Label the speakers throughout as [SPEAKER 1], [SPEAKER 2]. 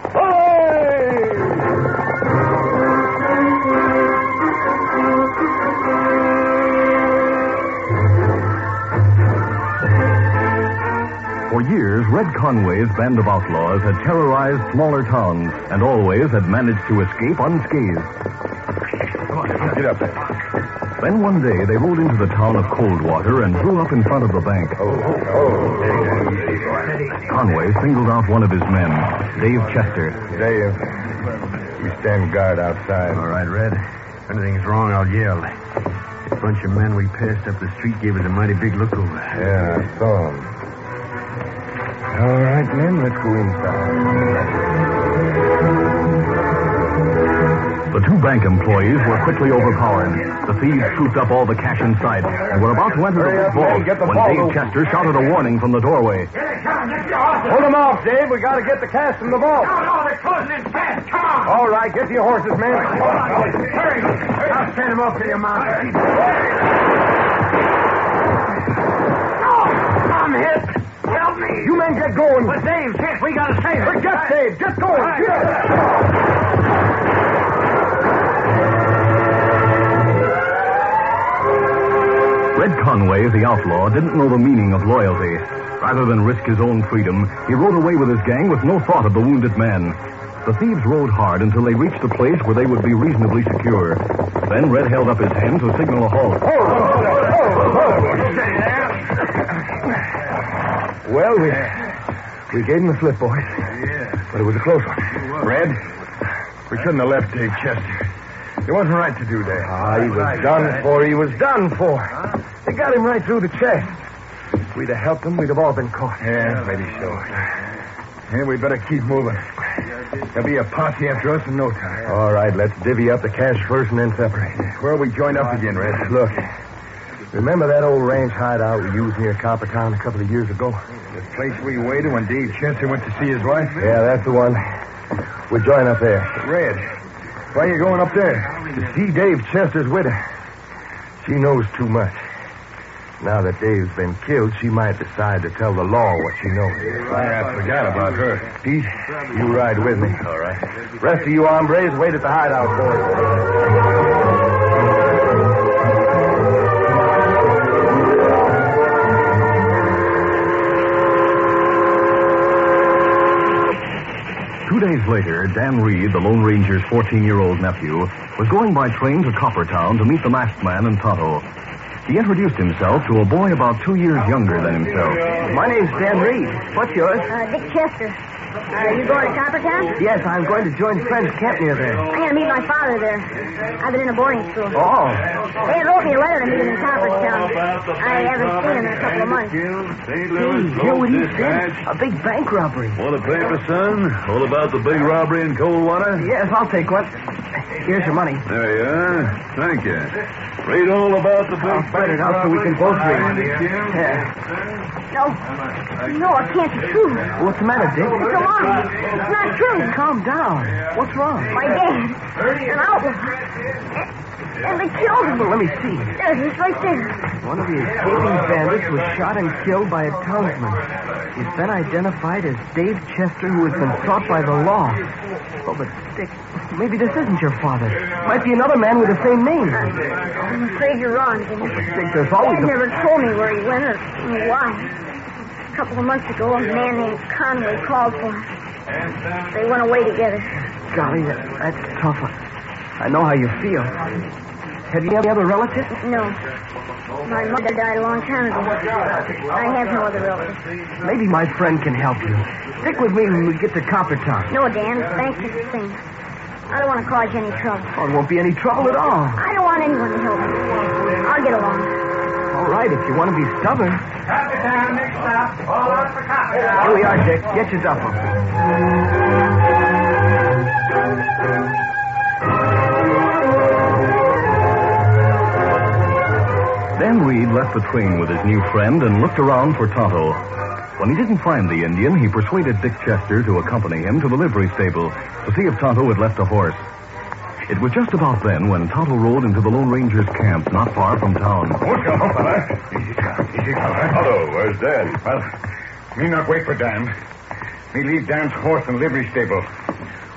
[SPEAKER 1] Hi!
[SPEAKER 2] For years, Red Conway's band of outlaws had terrorized smaller towns and always had managed to escape unscathed.
[SPEAKER 1] Get up there.
[SPEAKER 2] Then one day, they rolled into the town of Coldwater and drew up in front of the bank.
[SPEAKER 1] Oh,
[SPEAKER 2] Conway singled out one of his men, Dave Chester.
[SPEAKER 1] Dave, we stand guard outside.
[SPEAKER 3] All right, Red. If anything's wrong, I'll yell. That bunch of men we passed up the street gave us a mighty big look over.
[SPEAKER 1] Yeah, I saw him. All right, men, let's go inside.
[SPEAKER 2] The two bank employees were quickly overpowered. The thieves scooped up all the cash in sight and were about to enter
[SPEAKER 1] Hurry
[SPEAKER 2] the
[SPEAKER 1] up,
[SPEAKER 2] vault
[SPEAKER 1] man, get the
[SPEAKER 2] when
[SPEAKER 1] vault
[SPEAKER 2] Dave
[SPEAKER 1] open.
[SPEAKER 2] Chester shouted a warning from the doorway.
[SPEAKER 1] Hold them off, Dave. We got to get the cash from the vault. No, no, they're closing in fast. Come on. All right, get to your horses, men. Hurry. I'll stand them off to your mount.
[SPEAKER 3] I'm hit. Help me.
[SPEAKER 1] You men get going.
[SPEAKER 3] But Dave, Chick, we gotta save him.
[SPEAKER 1] Get Dave. Get going. Get up.
[SPEAKER 2] Red Conway, the outlaw, didn't know the meaning of loyalty. Rather than risk his own freedom, he rode away with his gang with no thought of the wounded man. The thieves rode hard until they reached a place where they would be reasonably secure. Then Red held up his hand to signal a halt.
[SPEAKER 1] Well, we we gave him the slip, boys. Yeah. But it was a close one. Red, we shouldn't have left Dave Chester. It wasn't right to do that. Ah, he was done for. He was done for. They got him right through the chest. We'd have helped him, we'd have all been caught. Yeah, maybe so. Yeah, we better keep moving. There'll be a posse after us in no time. All right, let's divvy up the cash first and then separate. Where we join up again, Red? Look, Remember that old ranch hideout we used near Coppertown a couple of years ago? The place we waited when Dave Chester went to see his wife? Yeah, that's the one. We join up there. Red, why are you going up there? To see Dave Chester's widow. She knows too much. Now that Dave's been killed, she might decide to tell the law what she knows. I forgot about her. Pete, you ride with me. All right. Rest of you hombres, wait at the hideout, boys.
[SPEAKER 2] Two days later, Dan Reed, the Lone Ranger's 14 year old nephew, was going by train to Coppertown to meet the masked man and Tonto. He introduced himself to a boy about two years younger than himself.
[SPEAKER 4] My name's Dan Reed. What's yours?
[SPEAKER 5] Uh, Dick Chester. Are you going to Coppertown?
[SPEAKER 4] Yes, I'm going to join Fred's camp near there.
[SPEAKER 5] I gotta meet my father there. I've been in a boarding school.
[SPEAKER 4] Oh,
[SPEAKER 5] They wrote me a letter to meet him in Coppertown. I haven't seen him in a couple of months.
[SPEAKER 4] gee, Joe, what do you think? A big bank robbery.
[SPEAKER 3] Want a paper, son? All about the big robbery in Coldwater?
[SPEAKER 4] Yes, I'll take one. Here's your money.
[SPEAKER 3] There you are. Thank you. Read all about the big
[SPEAKER 4] I'll spread it out so we can both read. Yeah.
[SPEAKER 5] No. No, I can't be true.
[SPEAKER 4] What's the matter, Dick?
[SPEAKER 5] It's a lie. It's not true.
[SPEAKER 4] Calm down. What's wrong?
[SPEAKER 5] My dad. An outlaw. And- And they killed him.
[SPEAKER 4] Let me see.
[SPEAKER 5] There it is, right there.
[SPEAKER 4] One of the escaping bandits was shot and killed by a townsman. He's been identified as Dave Chester, who has been sought by the law. Oh, but Dick, maybe this isn't your father. Might be another man with the same name.
[SPEAKER 5] Uh, I'm afraid you're wrong, Jimmy.
[SPEAKER 4] Dick, there's always
[SPEAKER 5] Dad
[SPEAKER 4] a...
[SPEAKER 5] never told me where he went or why. A couple of months ago, a man named Conway called for him. They went away together.
[SPEAKER 4] Golly, that, that's tough. I know how you feel. Have you any other relatives?
[SPEAKER 5] No. My mother died a long time ago. I have no other relatives.
[SPEAKER 4] Maybe my friend can help you. Stick with me when we get to Coppertown.
[SPEAKER 5] No, Dan. Thanks for the thing. I don't want to cause you any trouble.
[SPEAKER 4] Oh, it won't be any trouble at all.
[SPEAKER 5] I don't want anyone to help me. I'll get along.
[SPEAKER 4] All right, if you want to be stubborn.
[SPEAKER 6] Coppertown, next stop. All out for Coppertown.
[SPEAKER 4] Here we are, Dick. Get your duffel.
[SPEAKER 2] Dan Reed left the train with his new friend and looked around for Tonto. When he didn't find the Indian, he persuaded Dick Chester to accompany him to the livery stable to see if Tonto had left a horse. It was just about then when Tonto rode into the Lone Ranger's camp not far from town.
[SPEAKER 1] Hello, where's Dan? Well, me not wait for Dan. Me leave Dan's horse in livery stable.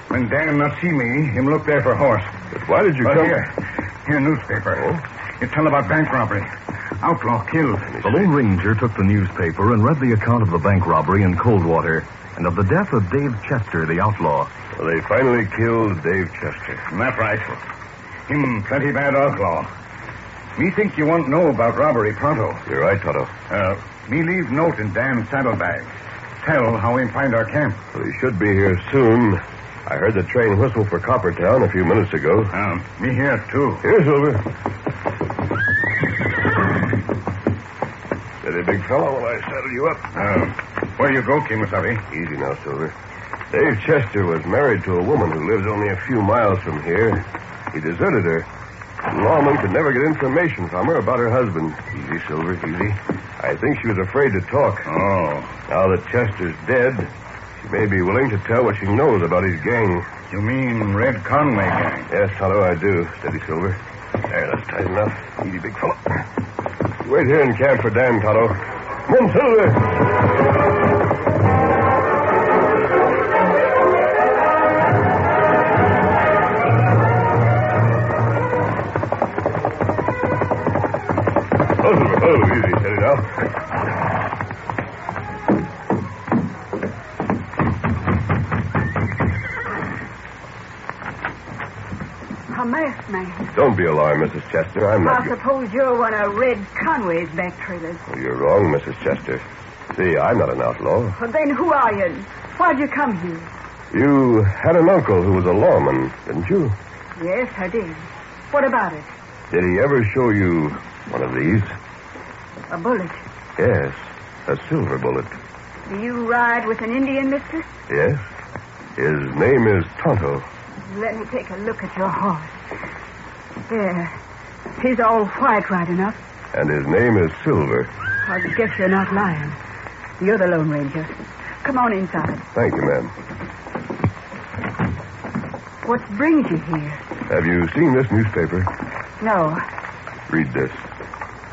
[SPEAKER 1] When Dan not see me, him look there for horse. But why did you come? Here, here newspaper.
[SPEAKER 2] Oh,
[SPEAKER 3] Oh.
[SPEAKER 1] It tell about bank robbery. Outlaw killed.
[SPEAKER 2] The Lone Ranger took the newspaper and read the account of the bank robbery in Coldwater and of the death of Dave Chester, the outlaw.
[SPEAKER 1] they finally killed Dave Chester. That right. Him plenty bad outlaw. Me think you won't know about robbery pronto. You're right, Toto. Uh, me leave note in Dan's saddlebag. Tell how him find our camp. Well, he should be here soon. I heard the train whistle for Coppertown a few minutes ago. me here, too. Here, Silver. Steady, big fellow, while I saddle you up. Uh, where you go, Kimasabi? Easy now, Silver. Dave Chester was married to a woman who lives only a few miles from here. He deserted her. The lawman could never get information from her about her husband. Easy, Silver, easy. I think she was afraid to talk. Oh. Now that Chester's dead, she may be willing to tell what she knows about his gang. You mean Red Conway gang? Yes, Tonto, I do. Steady, Silver. There, that's tight enough. Easy, big fellow. Wait here in camp for Dan, Tonto. Come on, Silver. Oh, oh, easy, steady now.
[SPEAKER 7] A masked Oh, man.
[SPEAKER 1] Don't be alarmed, Mrs. Chester. I'm not.
[SPEAKER 7] I suppose you're one of Red Conway's back trailers.
[SPEAKER 1] Well, you're wrong, Mrs. Chester. See, I'm not an outlaw.
[SPEAKER 7] Well, then who are you? and Why'd you come here?
[SPEAKER 1] You had an uncle who was a lawman, didn't you?
[SPEAKER 7] Yes, I did. What about it?
[SPEAKER 1] Did he ever show you one of these?
[SPEAKER 7] A bullet.
[SPEAKER 1] Yes, a silver bullet.
[SPEAKER 7] Do you ride with an Indian, mister?
[SPEAKER 1] Yes. His name is Tonto.
[SPEAKER 7] Let me take a look at your horse. There. He's all white right enough.
[SPEAKER 1] And his name is Silver.
[SPEAKER 7] I guess you're not lying. You're the Lone Ranger. Come on inside.
[SPEAKER 1] Thank you, ma'am.
[SPEAKER 7] What brings you here?
[SPEAKER 1] Have you seen this newspaper?
[SPEAKER 7] No.
[SPEAKER 1] Read this.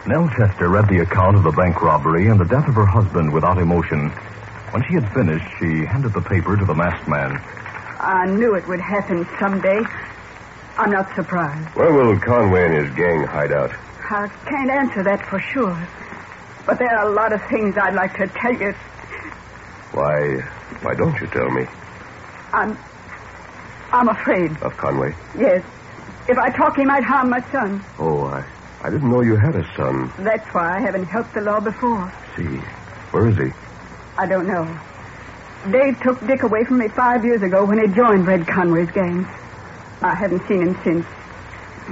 [SPEAKER 2] Nell Chester read the account of the bank robbery and the death of her husband without emotion. When she had finished, she handed the paper to the masked man.
[SPEAKER 7] I knew it would happen someday. I'm not surprised.
[SPEAKER 1] Where will Conway and his gang hide out?
[SPEAKER 7] I can't answer that for sure. But there are a lot of things I'd like to tell you.
[SPEAKER 1] Why, why don't you tell me
[SPEAKER 7] I'm. I'm afraid.
[SPEAKER 1] of Conway?
[SPEAKER 7] Yes. If I talk, he might harm my son.
[SPEAKER 1] Oh, I, I didn't know you had a son.
[SPEAKER 7] That's why I haven't helped the law before.
[SPEAKER 1] See, where is he?
[SPEAKER 7] I don't know. Dave took Dick away from me five years ago when he joined Red Conway's gang. I haven't seen him since.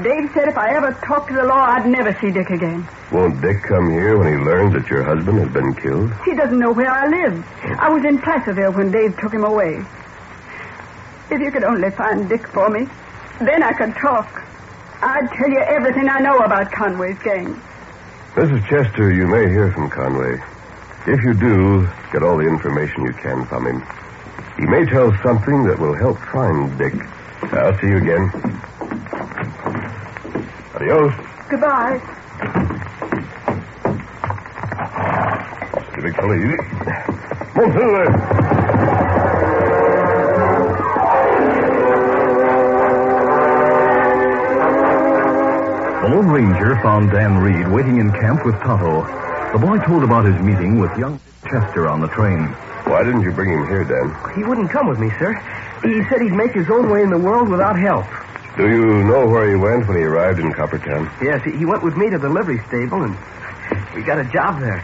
[SPEAKER 7] Dave said if I ever talked to the law, I'd never see Dick again.
[SPEAKER 1] Won't Dick come here when he learns that your husband has been killed?
[SPEAKER 7] He doesn't know where I live. I was in Placerville when Dave took him away. If you could only find Dick for me, then I could talk. I'd tell you everything I know about Conway's gang.
[SPEAKER 1] Mrs. Chester, you may hear from Conway. If you do, get all the information you can from him. He may tell something that will help find Dick. I'll see you again. Adios.
[SPEAKER 7] Goodbye.
[SPEAKER 1] You big fella, you. Monsieur.
[SPEAKER 2] The Lone Ranger found Dan Reed waiting in camp with Toto. The boy told about his meeting with young Chester on the train.
[SPEAKER 1] Why didn't you bring him here, Dan?
[SPEAKER 4] He wouldn't come with me, sir. He said he'd make his own way in the world without help.
[SPEAKER 1] Do you know where he went when he arrived in Coppertown?
[SPEAKER 4] Yes, he he went with me to the livery stable, and he got a job there.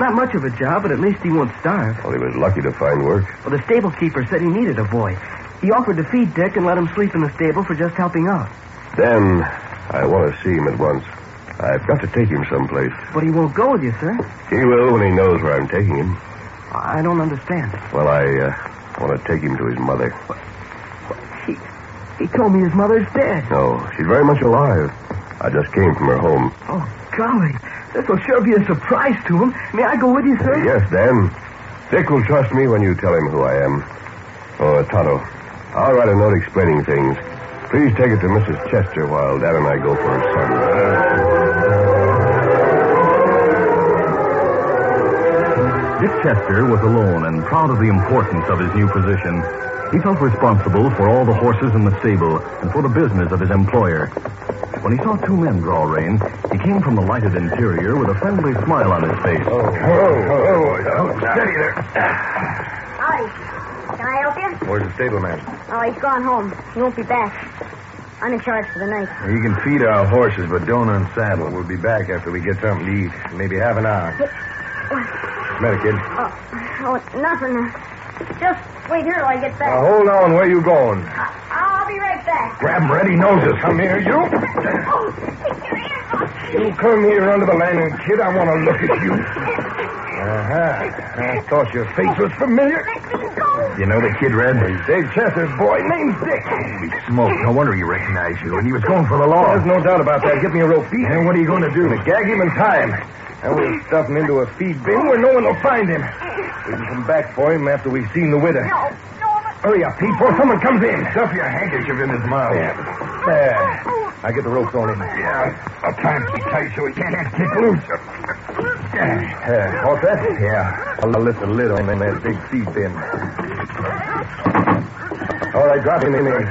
[SPEAKER 4] Not much of a job, but at least he won't starve.
[SPEAKER 1] Well, he was lucky to find work.
[SPEAKER 4] Well, the stable keeper said he needed a boy. He offered to feed Dick and let him sleep in the stable for just helping out.
[SPEAKER 1] Dan, I want to see him at once. I've got to take him someplace.
[SPEAKER 4] But he won't go with you, sir.
[SPEAKER 1] He will when he knows where I'm taking him.
[SPEAKER 4] I don't understand.
[SPEAKER 1] Well, I uh, want to take him to his mother.
[SPEAKER 4] He, he told me his mother's dead.
[SPEAKER 1] No, she's very much alive. I just came from her home.
[SPEAKER 4] Oh, golly. This will sure be a surprise to him. May I go with you, sir?
[SPEAKER 1] Yes, Dan. Dick will trust me when you tell him who I am. Oh, Tonto, I'll write a note explaining things. Please take it to Mrs. Chester while Dan and I go for a sunrise.
[SPEAKER 2] Dick Chester was alone and proud of the importance of his new position. He felt responsible for all the horses in the stable and for the business of his employer. When he saw two men draw rein, he came from the lighted interior with a friendly smile on his face.
[SPEAKER 3] Oh,
[SPEAKER 1] steady there.
[SPEAKER 5] Howdy. Can I help you?
[SPEAKER 1] Where's the stable man?
[SPEAKER 5] Oh, he's gone home. He won't be back. I'm in charge for the night.
[SPEAKER 3] You can feed our horses, but don't unsaddle. We'll be back after we get something to eat. Maybe half an hour. Matter, kid.
[SPEAKER 5] Oh, oh nothing. Just wait here till I get
[SPEAKER 3] Now,
[SPEAKER 2] Uh-huh.
[SPEAKER 5] back.
[SPEAKER 3] hold on. Where you going?
[SPEAKER 5] I'll be right back.
[SPEAKER 3] Grab him ready noses. Come here, you.
[SPEAKER 5] Oh, take your hands off me.
[SPEAKER 3] You come here under the lantern, kid. I want to look at you. Uh-huh. I thought your face was familiar.
[SPEAKER 5] Let me go.
[SPEAKER 3] You know the kid, Red? He's Dave Chester's boy named Dick. Holy smoke. No wonder he recognized you. And he was going for the law. There's no doubt about that. Give me a rope, Pete. And what are you going to do? To gag him and tie him. And we'll stuff him into a feed bin where no one will find him. We can come back for him after we've seen the widow.
[SPEAKER 5] No, no, but...
[SPEAKER 3] Hurry up, Pete, before Oh, someone comes in. Stuff your handkerchief in his mouth. Yeah. There. I get the rope on him. Yeah. I'll tie him too tight so he can't have to kick loose. Yeah. Uh, all set? Yeah. I'll lift the lid on him that big feed bin. All right, drop him in there.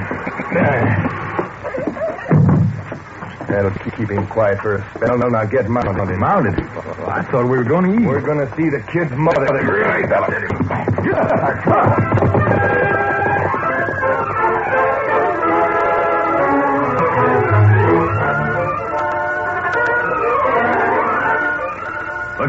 [SPEAKER 3] That'll keep- keep him quiet for a spell. No, now get mounted on him. Mounted? I thought we were going to eat. We're going to see the kid's mother. Right, fella. Come on.
[SPEAKER 2] The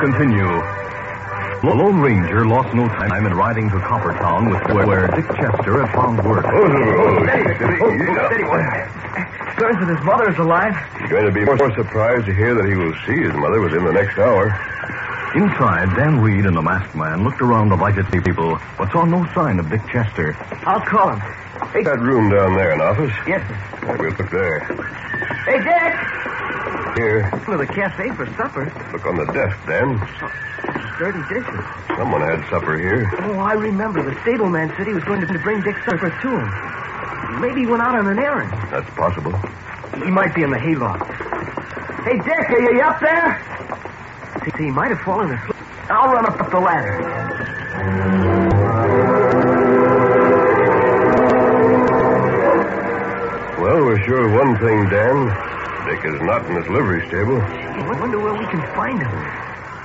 [SPEAKER 8] continue. The Lone Ranger lost no time in riding to Coppertown, with where, where Dick Chester had found work.
[SPEAKER 2] Oh,
[SPEAKER 8] Oh,
[SPEAKER 4] Learns that his mother is alive.
[SPEAKER 2] He's going to be more surprised to hear that he will see his mother within the next hour.
[SPEAKER 8] Inside, Dan Reed and the masked man looked around the lighted people, but saw no sign of Dick Chester.
[SPEAKER 4] I'll call him. Hey,
[SPEAKER 2] That room down there, an office.
[SPEAKER 4] yes, sir.
[SPEAKER 2] Yeah, we'll look there.
[SPEAKER 4] Hey, Dick!
[SPEAKER 2] Here,
[SPEAKER 4] Well, the cafe for supper.
[SPEAKER 2] look on the desk, Dan.
[SPEAKER 4] Dirty dishes.
[SPEAKER 2] Someone had supper here.
[SPEAKER 4] Oh, I remember. The stableman said he was going to bring Dick supper to him. Maybe he went out on an errand.
[SPEAKER 2] That's possible.
[SPEAKER 4] He might be in the hayloft. Hey, Dick, are you up there? See, he might have fallen asleep. I'll run up the ladder.
[SPEAKER 2] Well, we're sure of one thing, Dan. Dick is not in his livery stable.
[SPEAKER 4] I wonder where we can find him.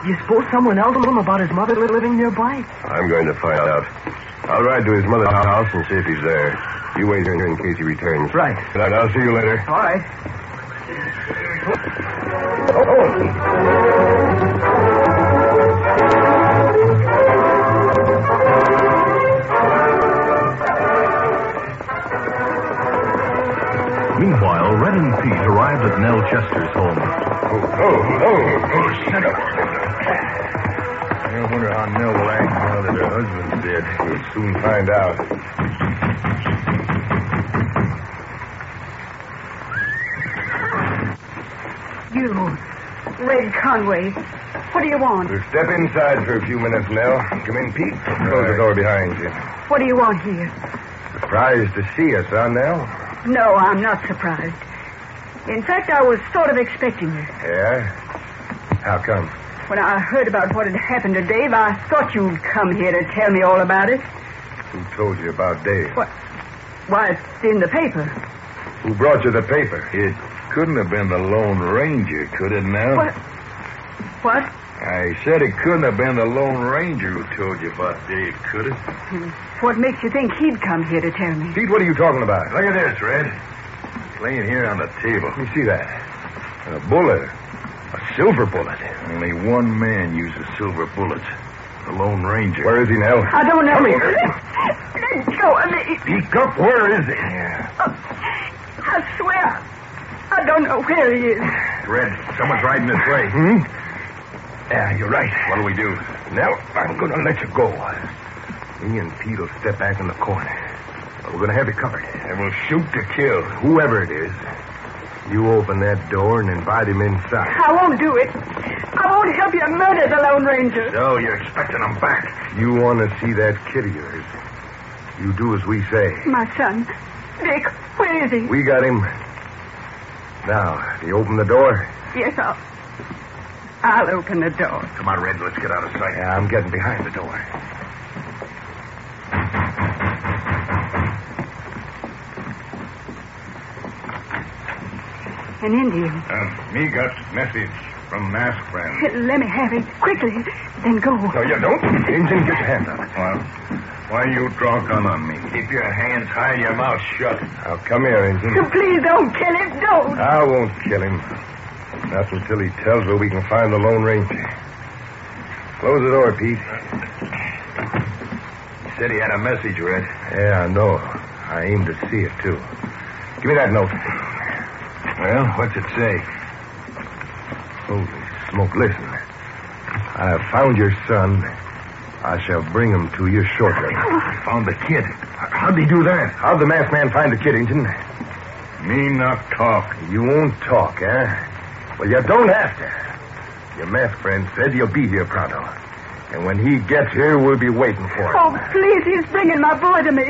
[SPEAKER 4] You suppose someone else told him about his mother li- living nearby?
[SPEAKER 2] I'm going to find out. I'll ride to his mother's house and see if he's there. You wait here in case he returns.
[SPEAKER 4] Right.
[SPEAKER 2] Good night. I'll see you later.
[SPEAKER 4] All right.
[SPEAKER 8] Meanwhile, Red and Pete arrived at Nell Chester's home.
[SPEAKER 2] Oh, oh, oh, shut up. I wonder how Nell will act now that her husband's dead. We'll soon find out.
[SPEAKER 7] You, Red Conway, what do you want?
[SPEAKER 2] We'll step inside for a few minutes, Nell. Come in, Pete. Close the door behind you.
[SPEAKER 7] What do you want here?
[SPEAKER 2] Surprised to see us, huh, Nell?
[SPEAKER 7] No, I'm not surprised. In fact, I was sort of expecting you.
[SPEAKER 2] Yeah? How come?
[SPEAKER 7] When I heard about what had happened to Dave, I thought you'd come here to tell me all about it.
[SPEAKER 2] Who told you about Dave?
[SPEAKER 7] What? Why, it's in the paper.
[SPEAKER 2] Who brought you the paper? It couldn't have been the Lone Ranger, could it, Nell?
[SPEAKER 7] What? What?
[SPEAKER 2] I said it couldn't have been the Lone Ranger who told you about Dave, could it?
[SPEAKER 7] What makes you think he'd come here to tell me?
[SPEAKER 2] Pete, what are you talking about? Look at this, Red. It's laying here on the table. Let me see that. A bullet. A silver bullet. Only one man uses silver bullets. The Lone Ranger. Where is he now?
[SPEAKER 7] I don't know.
[SPEAKER 2] Come here.
[SPEAKER 7] Let, let go of me.
[SPEAKER 2] Speak up. Where is he? Yeah.
[SPEAKER 7] I swear. I don't know where he is.
[SPEAKER 2] Red, someone's riding this way. Hmm? Yeah, you're right. What do we do? Hmm? Now, I'm going to let you go. Me and Pete will step back in the corner. We're going to have you covered. And we'll shoot to kill, whoever it is. You open that door and invite him inside.
[SPEAKER 7] I won't do it. I won't help you murder the Lone Ranger.
[SPEAKER 2] So you're expecting him back. You want to see that kid of yours. You do as we say.
[SPEAKER 7] My son, Dick, where is he?
[SPEAKER 2] We got him. Now, do you open the door?
[SPEAKER 7] Yes, I'll. I'll open the door.
[SPEAKER 2] Come on, Red, let's get out of sight. Yeah, I'm getting behind the door.
[SPEAKER 7] An Indian.
[SPEAKER 2] Uh, me got message from Mask Friend.
[SPEAKER 7] Let me have it quickly, then go.
[SPEAKER 2] No, you don't. Injun, get your hand on it. Well, why you draw gun on me? Keep your hands high and your mouth shut. Now, come here, Injun.
[SPEAKER 7] Please don't kill him. Don't.
[SPEAKER 2] I won't kill him. Not until he tells where we can find the Lone Ranger. Close the door, Pete. He said he had a message, Red. Yeah, I know. I aim to see it, too. Give me that note. Well, what's it say? Holy Oh, smoke, listen. I have found your son. I shall bring him to you shortly. Found the kid. How'd he do that? How'd the masked man find the kid, Injun? Me not talk. You won't talk, eh? Well, you don't have to. Your math friend said you'll be here pronto. And when he gets here, we'll be waiting for him.
[SPEAKER 7] Oh, please, he's bringing my boy to me.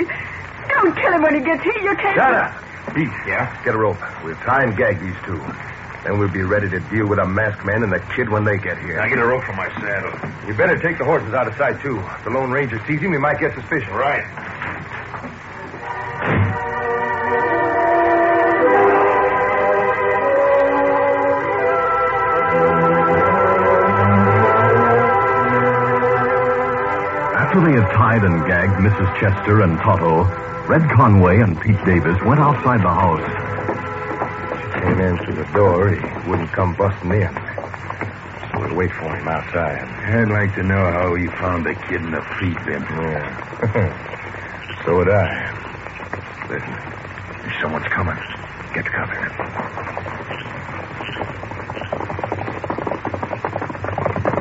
[SPEAKER 7] Don't kill him when he gets here. You can't.
[SPEAKER 2] Shut up. Pete, yeah? Get a rope. We'll tie and gag these two. Then we'll be ready to deal with a masked man and the kid when they get here. I get a rope from my saddle. You better take the horses out of sight, too. If the Lone Ranger sees him, he might get suspicious. Right.
[SPEAKER 8] After they had tied and gagged Mrs. Chester and Toto, Red Conway and Pete Davis went outside the house.
[SPEAKER 2] Can't answer the door. He wouldn't come busting in.
[SPEAKER 3] We'll wait for him outside. I'd like to know how he found the kid in the feed bin. Yeah. so would I. Listen, someone's coming. Get covered.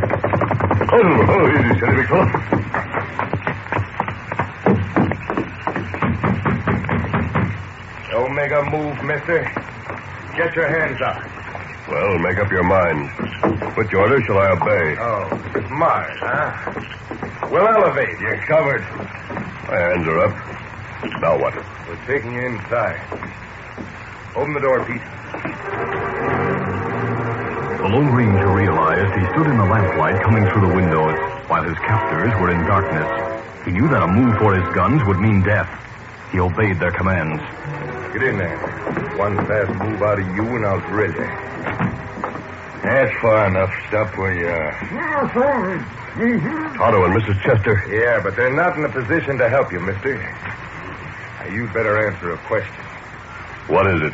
[SPEAKER 3] Oh, oh, easy, Sonny McCullough.
[SPEAKER 1] Don't make a move, mister. Get your hands up.
[SPEAKER 3] Well, make up your mind. Which order shall I obey?
[SPEAKER 1] Oh, smart, huh? We'll elevate. You're covered.
[SPEAKER 3] My hands are up. Now what?
[SPEAKER 1] We're taking you inside. Open the door, Pete.
[SPEAKER 2] The Lone Ranger realized he stood in the lamplight coming through the windows, while his captors were in darkness. He knew that a move for his guns would mean death. He obeyed their commands.
[SPEAKER 1] Get in there. One fast move out of you, and I'll drill you.
[SPEAKER 3] That's far enough. Stop where you are.
[SPEAKER 1] Mm-hmm.
[SPEAKER 3] Otto and Mrs. Chester.
[SPEAKER 1] Yeah, but they're not in a position to help you, mister. Now, you'd better answer a question.
[SPEAKER 3] What is it?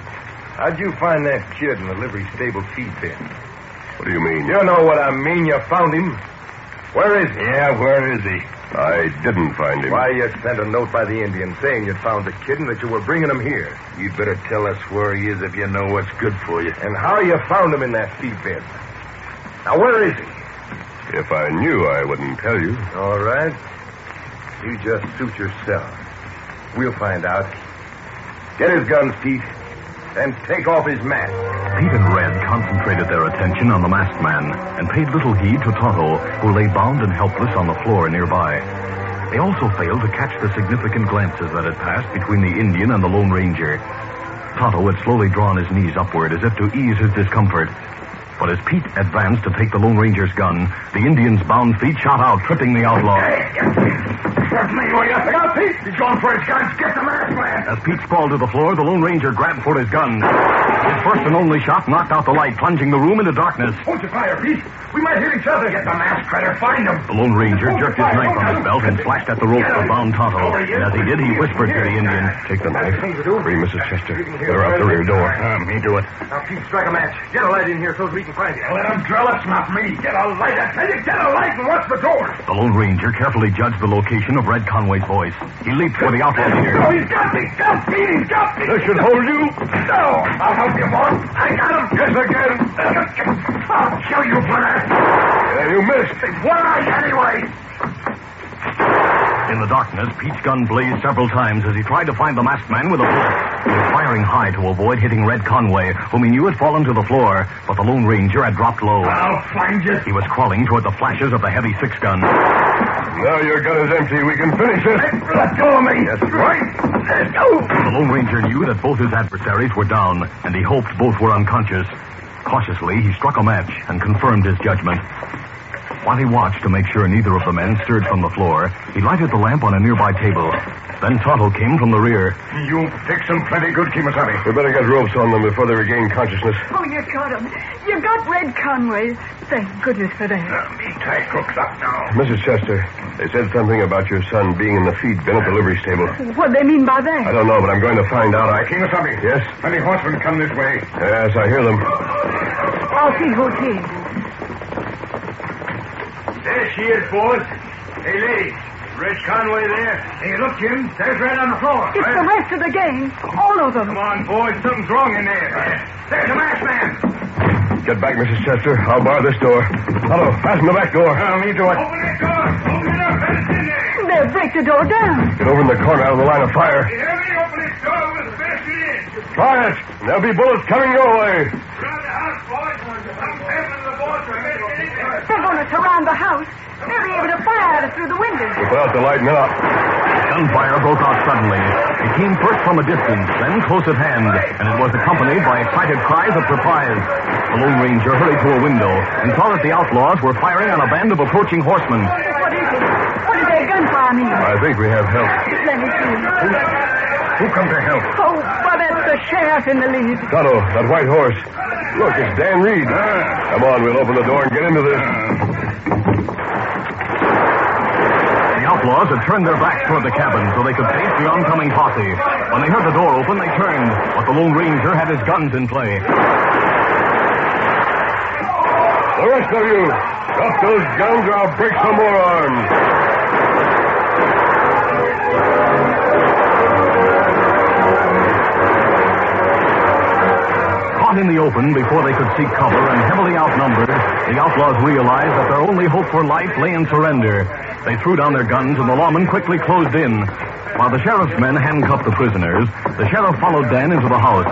[SPEAKER 1] How'd you find that kid in the livery stable feed bin?
[SPEAKER 3] What do you mean?
[SPEAKER 1] You know what I mean. You found him. Where is he?
[SPEAKER 3] Yeah, where is he? I didn't find him.
[SPEAKER 1] Why, you sent a note by the Indian saying you'd found the kid and that you were bringing him here.
[SPEAKER 3] You'd better tell us where he is if you know what's good for you.
[SPEAKER 1] And how you found him in that feed bin. Now, where is he?
[SPEAKER 3] If I knew, I wouldn't tell you.
[SPEAKER 1] All right. You just suit yourself. We'll find out. Get his guns, Pete, and take off his mask.
[SPEAKER 2] Pete and Red concentrated their attention on the masked man and paid little heed to Tonto, who lay bound and helpless on the floor nearby. They also failed to catch the significant glances that had passed between the Indian and the Lone Ranger. Tonto had slowly drawn his knees upward as if to ease his discomfort. But as Pete advanced to take the Lone Ranger's gun, the Indian's bound feet shot out, tripping the outlaw.
[SPEAKER 1] That's me, will you? Look out, Pete! He's going for his guns. Get the mask, man!
[SPEAKER 2] As Pete sprawled to the floor, the Lone Ranger grabbed for his gun. His first and only shot knocked out the light, plunging the room into darkness.
[SPEAKER 1] Hold your fire, Pete. We might hit each other. Get the mask, Critter. Find him.
[SPEAKER 2] The Lone Ranger jerked his knife from his belt and flashed at the rope of bound Tonto. And as he did, he whispered to the Indian.
[SPEAKER 3] Take the knife. Free Mrs. Chester. Clear out the rear door. me Um, do it.
[SPEAKER 1] Now, Pete, strike a match. Get a light in here so that we can find you. Let him drill us, not me. Get a light, I tell you. Get a light and watch the door.
[SPEAKER 2] The Lone Ranger carefully judged the location of Red Conway's voice. He leaped for the outlaw leader.
[SPEAKER 1] he's got me. Got me. He's got me.
[SPEAKER 3] This should hold you.
[SPEAKER 1] No. I'll help you, boy. I got him. Yes, again. I'll kill you for that.
[SPEAKER 3] you missed.
[SPEAKER 1] What are you anyway?
[SPEAKER 2] In the darkness, Pete's gun blazed several times as he tried to find the masked man with a bullet. He was firing high to avoid hitting Red Conway, whom he knew had fallen to the floor, but the Lone Ranger had dropped low.
[SPEAKER 1] I'll find you.
[SPEAKER 2] He was crawling toward the flashes of the heavy six gun.
[SPEAKER 3] Now your gun is empty. We can finish it.
[SPEAKER 1] Let go of me. That's right. Let go.
[SPEAKER 2] The Lone Ranger knew that both his adversaries were down, and he hoped both were unconscious. Cautiously, he struck a match and confirmed his judgment. While he watched to make sure neither of the men stirred from the floor, he lighted the lamp on a nearby table. Then Tonto came from the rear.
[SPEAKER 1] You pick some plenty good, Kimasabi.
[SPEAKER 3] We better get ropes on them before they regain consciousness.
[SPEAKER 7] Oh, you got him. You got Red Conway. Thank goodness for that.
[SPEAKER 2] Uh.
[SPEAKER 1] Me tie crooks up now.
[SPEAKER 3] Mrs. Chester, they said something about your son being in the feed bin at the livery stable.
[SPEAKER 7] What they mean
[SPEAKER 3] I
[SPEAKER 7] by that?
[SPEAKER 3] don't know, but I'm going to find out. I can't.
[SPEAKER 1] Kimasabi.
[SPEAKER 3] Yes?
[SPEAKER 1] Plenty horsemen come this way.
[SPEAKER 3] Yes, I hear them.
[SPEAKER 7] I'll see who it is.
[SPEAKER 1] There she is, boys. Hey, lady. Red Conway there. Hey, look, Jim. There's Red on the floor.
[SPEAKER 7] It's the rest of the gang. All of them.
[SPEAKER 1] Come on, boys. Something's wrong in there. There's a masked man.
[SPEAKER 3] Get back, Mrs. Chester. I'll bar this door. Hello, fasten the back door.
[SPEAKER 1] I'll need to Open that door. Open it up. It's in there.
[SPEAKER 7] They'll break the door down.
[SPEAKER 3] Get over in the corner out of the line of fire.
[SPEAKER 1] You hear me? Open this door. We'll smash it in.
[SPEAKER 3] Try it. There'll be bullets coming your way.
[SPEAKER 1] Round the house, boys. I'm tapping the boys for a minute.
[SPEAKER 7] They're going to surround the house. They'll be able to fire at us through the windows.
[SPEAKER 3] Put out the light now.
[SPEAKER 2] Gunfire broke out suddenly. It came first from a distance, then close at hand, and it was accompanied by excited cries of surprise. The Lone Ranger hurried to a window and saw that the outlaws were firing on a band of approaching horsemen.
[SPEAKER 7] What is it? What did their gunfire mean?
[SPEAKER 3] I think we have help.
[SPEAKER 7] Let me see.
[SPEAKER 3] Who come to help?
[SPEAKER 7] Oh, well, that's the sheriff in the lead.
[SPEAKER 3] Tonto, that white horse. Look, it's Dan Reed. Come on, we'll open the door and get into this.
[SPEAKER 2] The outlaws had turned their backs toward the cabin so they could face the oncoming posse. When they heard the door open, they turned, but the Lone Ranger had his guns in play.
[SPEAKER 1] The rest of you, drop those guns or I'll break some more arms.
[SPEAKER 2] Caught in the open before they could seek cover and heavily outnumbered, the outlaws realized that their only hope for life lay in surrender. They threw down their guns and the lawmen quickly closed in. While the sheriff's men handcuffed the prisoners, the sheriff followed Dan into the house.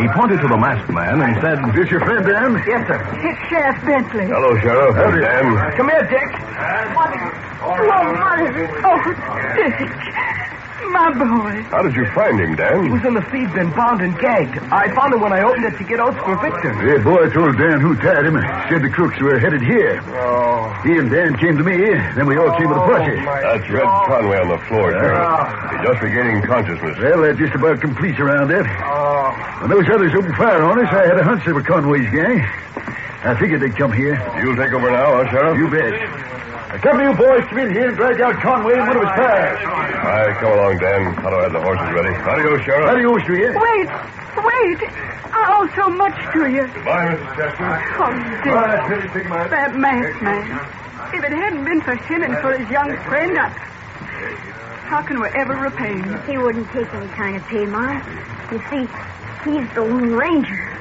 [SPEAKER 2] He pointed to the masked man and said,
[SPEAKER 1] This your friend, Dan?
[SPEAKER 4] Yes, sir.
[SPEAKER 7] It's Sheriff Bentley.
[SPEAKER 1] Hello, Sheriff. Howdy, Dan.
[SPEAKER 4] Come here, Dick.
[SPEAKER 7] Oh, mother. Oh, Dick. My boy.
[SPEAKER 1] How did you find him, Dan?
[SPEAKER 4] He was in the feed bin, bound and gagged. I found him when I opened it to get oats for Victor.
[SPEAKER 3] The boy told Dan who tied him. Said the crooks were headed here.
[SPEAKER 1] Oh.
[SPEAKER 3] He and Dan came to me, then we all came to the posse.
[SPEAKER 1] That's Red Conway on the floor, Sheriff. He's just regaining consciousness.
[SPEAKER 3] Well, they're just about complete around that.
[SPEAKER 1] Oh.
[SPEAKER 3] When those others opened fire on us, I had a hunch they were Conway's gang. I figured they'd come here.
[SPEAKER 1] You'll take over now, huh, Sheriff?
[SPEAKER 3] You bet. A couple of you boys come in here and drag out Conway and one of his pals.
[SPEAKER 1] All right, come along, Dan. Tonto had the horses ready. Adios, Sheriff.
[SPEAKER 3] Adios to you.
[SPEAKER 7] Wait. Wait. I owe so much to you.
[SPEAKER 1] Goodbye, Mrs. Chester.
[SPEAKER 7] Oh, Dick. That masked man. If it hadn't been for him and for his young friend, I... how can we ever repay him?
[SPEAKER 5] He wouldn't take any kind of pay, Ma. You see, he's the Lone Ranger.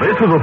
[SPEAKER 2] This is a